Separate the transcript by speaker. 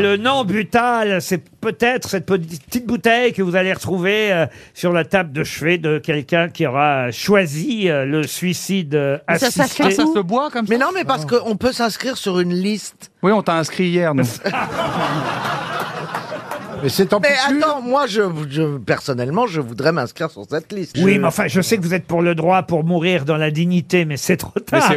Speaker 1: Le nom butal, c'est peut-être cette petite bouteille que vous allez retrouver euh, sur la table de chevet de quelqu'un qui aura choisi euh, le suicide euh,
Speaker 2: Mais ça
Speaker 1: assisté.
Speaker 2: s'inscrit où Ça se
Speaker 3: boit comme
Speaker 2: Mais non, mais parce qu'on peut s'inscrire sur une liste.
Speaker 3: Oui, on t'a inscrit hier, nous.
Speaker 2: Ah. Mais c'est en Mais attends, moi, je, je- personnellement, je voudrais m'inscrire sur cette liste.
Speaker 1: Oui,
Speaker 2: Je-
Speaker 1: mais enfin, je sais que vous êtes pour le droit pour mourir dans la dignité, mais c'est trop tard.